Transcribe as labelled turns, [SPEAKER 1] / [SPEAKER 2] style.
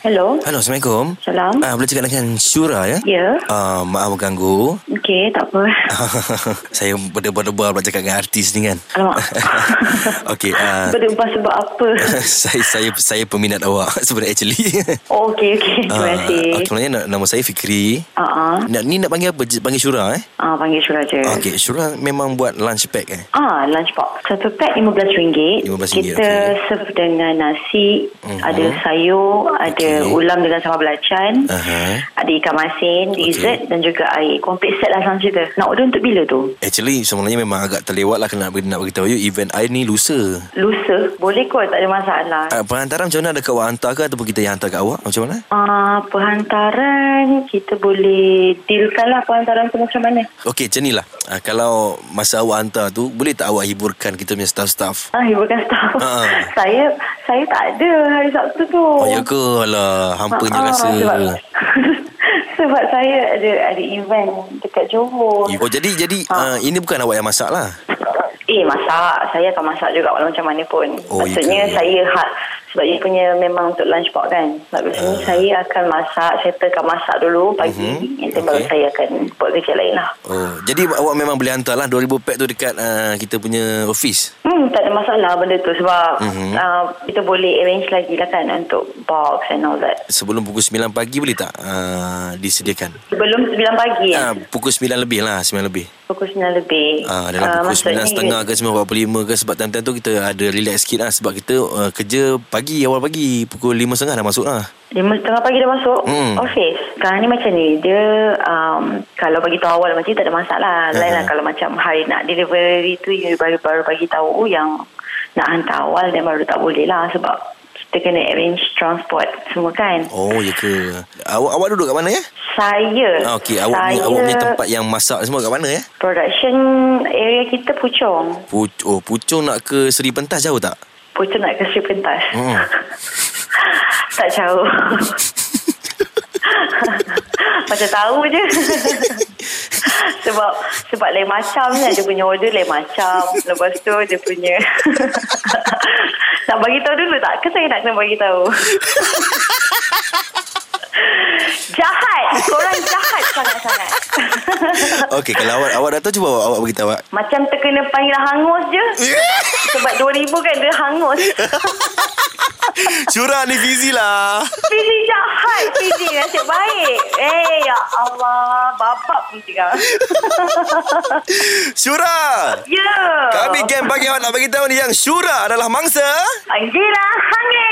[SPEAKER 1] Hello.
[SPEAKER 2] Hello, Assalamualaikum.
[SPEAKER 1] Salam.
[SPEAKER 2] Ah, boleh cakap dengan Syura
[SPEAKER 1] Hmm?
[SPEAKER 2] ya?
[SPEAKER 1] Ya.
[SPEAKER 2] Ah, maaf mengganggu.
[SPEAKER 1] Okey, tak apa.
[SPEAKER 2] Saya berdebar-debar nak cakap dengan artis ni kan.
[SPEAKER 1] Alamak.
[SPEAKER 2] Okey, ah,
[SPEAKER 1] Berdebar sebab apa?
[SPEAKER 2] saya saya saya peminat awak sebenarnya actually.
[SPEAKER 1] Oh, okey, okey. Terima
[SPEAKER 2] Ah,
[SPEAKER 1] kasih.
[SPEAKER 2] okey, sebenarnya na- nama saya Fikri.
[SPEAKER 1] Ah, ah.
[SPEAKER 2] Nak, ni nak panggil apa? J- Panggil Syura eh?
[SPEAKER 1] Ah, panggil Syura je.
[SPEAKER 2] Okey, Syura memang buat lunch pack eh?
[SPEAKER 1] Ah, lunchbox. Satu pack RM15.
[SPEAKER 2] RM15,
[SPEAKER 1] Kita
[SPEAKER 2] okey.
[SPEAKER 1] serve dengan nasi,
[SPEAKER 2] Mhm.
[SPEAKER 1] ada sayur, ada
[SPEAKER 2] Okey.
[SPEAKER 1] ulam dengan sambal belacan,
[SPEAKER 2] Aha.
[SPEAKER 1] ada ikan masin,
[SPEAKER 2] Okey.
[SPEAKER 1] dessert dan juga air. Komplit set lah sama cerita. Nak order untuk bila tu?
[SPEAKER 2] Actually sebenarnya memang agak terlewat lah kena nak beritahu you event I ni lusa.
[SPEAKER 1] Hmm. Lusa? Boleh kot, tak ada masalah.
[SPEAKER 2] Uh, pengantaran macam mana adakah awak hantar ke ataupun kita yang hantar kat awak macam mana?
[SPEAKER 1] Ah, perhantaran kita boleh dealkan lah perhantaran tu macam mana.
[SPEAKER 2] Okey macam ni lah uh, Kalau masa awak hantar tu Boleh tak awak hiburkan kita punya staff-staff?
[SPEAKER 1] Ah, ibu kan tahu.
[SPEAKER 2] Ah.
[SPEAKER 1] saya saya tak ada hari Sabtu tu.
[SPEAKER 2] Oh, ya ke? Alah
[SPEAKER 1] Ah,
[SPEAKER 2] Hampanya
[SPEAKER 1] ah,
[SPEAKER 2] rasa
[SPEAKER 1] Sebab, sebab saya ada ada event dekat Johor.
[SPEAKER 2] Oh jadi jadi
[SPEAKER 1] Ah.
[SPEAKER 2] uh, ini bukan awak yang masak lah
[SPEAKER 1] Eh masak Saya akan masak juga Walau macam mana pun
[SPEAKER 2] Oh,
[SPEAKER 1] Maksudnya
[SPEAKER 2] ya ke?
[SPEAKER 1] saya hak, Sebab dia punya Memang untuk lunch box kan Sebab biasanya
[SPEAKER 2] Ah.
[SPEAKER 1] saya akan masak Settlekan masak dulu Pagi
[SPEAKER 2] Mhm,
[SPEAKER 1] Nanti baru
[SPEAKER 2] okey.
[SPEAKER 1] saya akan Buat kerja lain lah
[SPEAKER 2] Oh Jadi awak memang boleh hantar lah 2000 pack tu dekat uh, kita punya office
[SPEAKER 1] Hmm, tak ada masalah benda tu sebab
[SPEAKER 2] Mhm.
[SPEAKER 1] mm-hmm. uh, kita boleh arrange lagi lah kan untuk box and all that.
[SPEAKER 2] Sebelum pukul 9 pagi boleh tak uh, disediakan?
[SPEAKER 1] Sebelum 9 pagi uh,
[SPEAKER 2] Ah, pukul 9 lebih lah 9 lebih
[SPEAKER 1] pukul 9 lebih.
[SPEAKER 2] Ah, dalam pukul
[SPEAKER 1] maksudnya-
[SPEAKER 2] sembilan setengah ke sembilan empat lima ke sebab time-time tu kita ada relax sikit lah sebab kita uh, kerja pagi awal pagi pukul lima setengah dah masuk lah.
[SPEAKER 1] Lima setengah pagi dah masuk
[SPEAKER 2] Hmm.
[SPEAKER 1] office. Sekarang ni macam ni, dia um, kalau bagi tahu awal macam ni tak ada masalah. Lain lah
[SPEAKER 2] Mhm.
[SPEAKER 1] kalau macam hari nak delivery tu, you baru-baru bagi tahu yang nak hantar awal dan baru tak boleh lah sebab kita kena arrange transport semua kan.
[SPEAKER 2] Oh ya ke. Awak awak duduk kat mana ya?
[SPEAKER 1] Saya,
[SPEAKER 2] Ah, okey awak punya,
[SPEAKER 1] saya-
[SPEAKER 2] awak punya tempat yang masak semua kat mana ya?
[SPEAKER 1] Production area kita Puchong.
[SPEAKER 2] Puc- oh Pucung nak ke Seri Pentas jauh tak?
[SPEAKER 1] Puchong nak ke Sri Pentas.
[SPEAKER 2] Hmm.
[SPEAKER 1] tak jauh. Macam tahu je. sebab sebab lain macam ni lah. dia punya order lain macam. Lepas tu dia punya Nak bagi tahu dulu tak ke saya nak kena bagi tahu. jahat. Korang jahat sangat-sangat.
[SPEAKER 2] Okey kalau awak awak datang cuba awak, awak beritahu awak.
[SPEAKER 1] Macam terkena panggilan hangus je.
[SPEAKER 2] Eh,
[SPEAKER 1] Sebab 2000 kan dia hangus.
[SPEAKER 2] Syura ni busy lah.
[SPEAKER 1] Fizi jahat Fizi nasib baik Eh ya Allah Bapak pun tinggal
[SPEAKER 2] Syura.
[SPEAKER 1] Ya
[SPEAKER 2] Kami geng pagi awak nak beritahu ni yang Syura adalah mangsa
[SPEAKER 1] Angela Hangin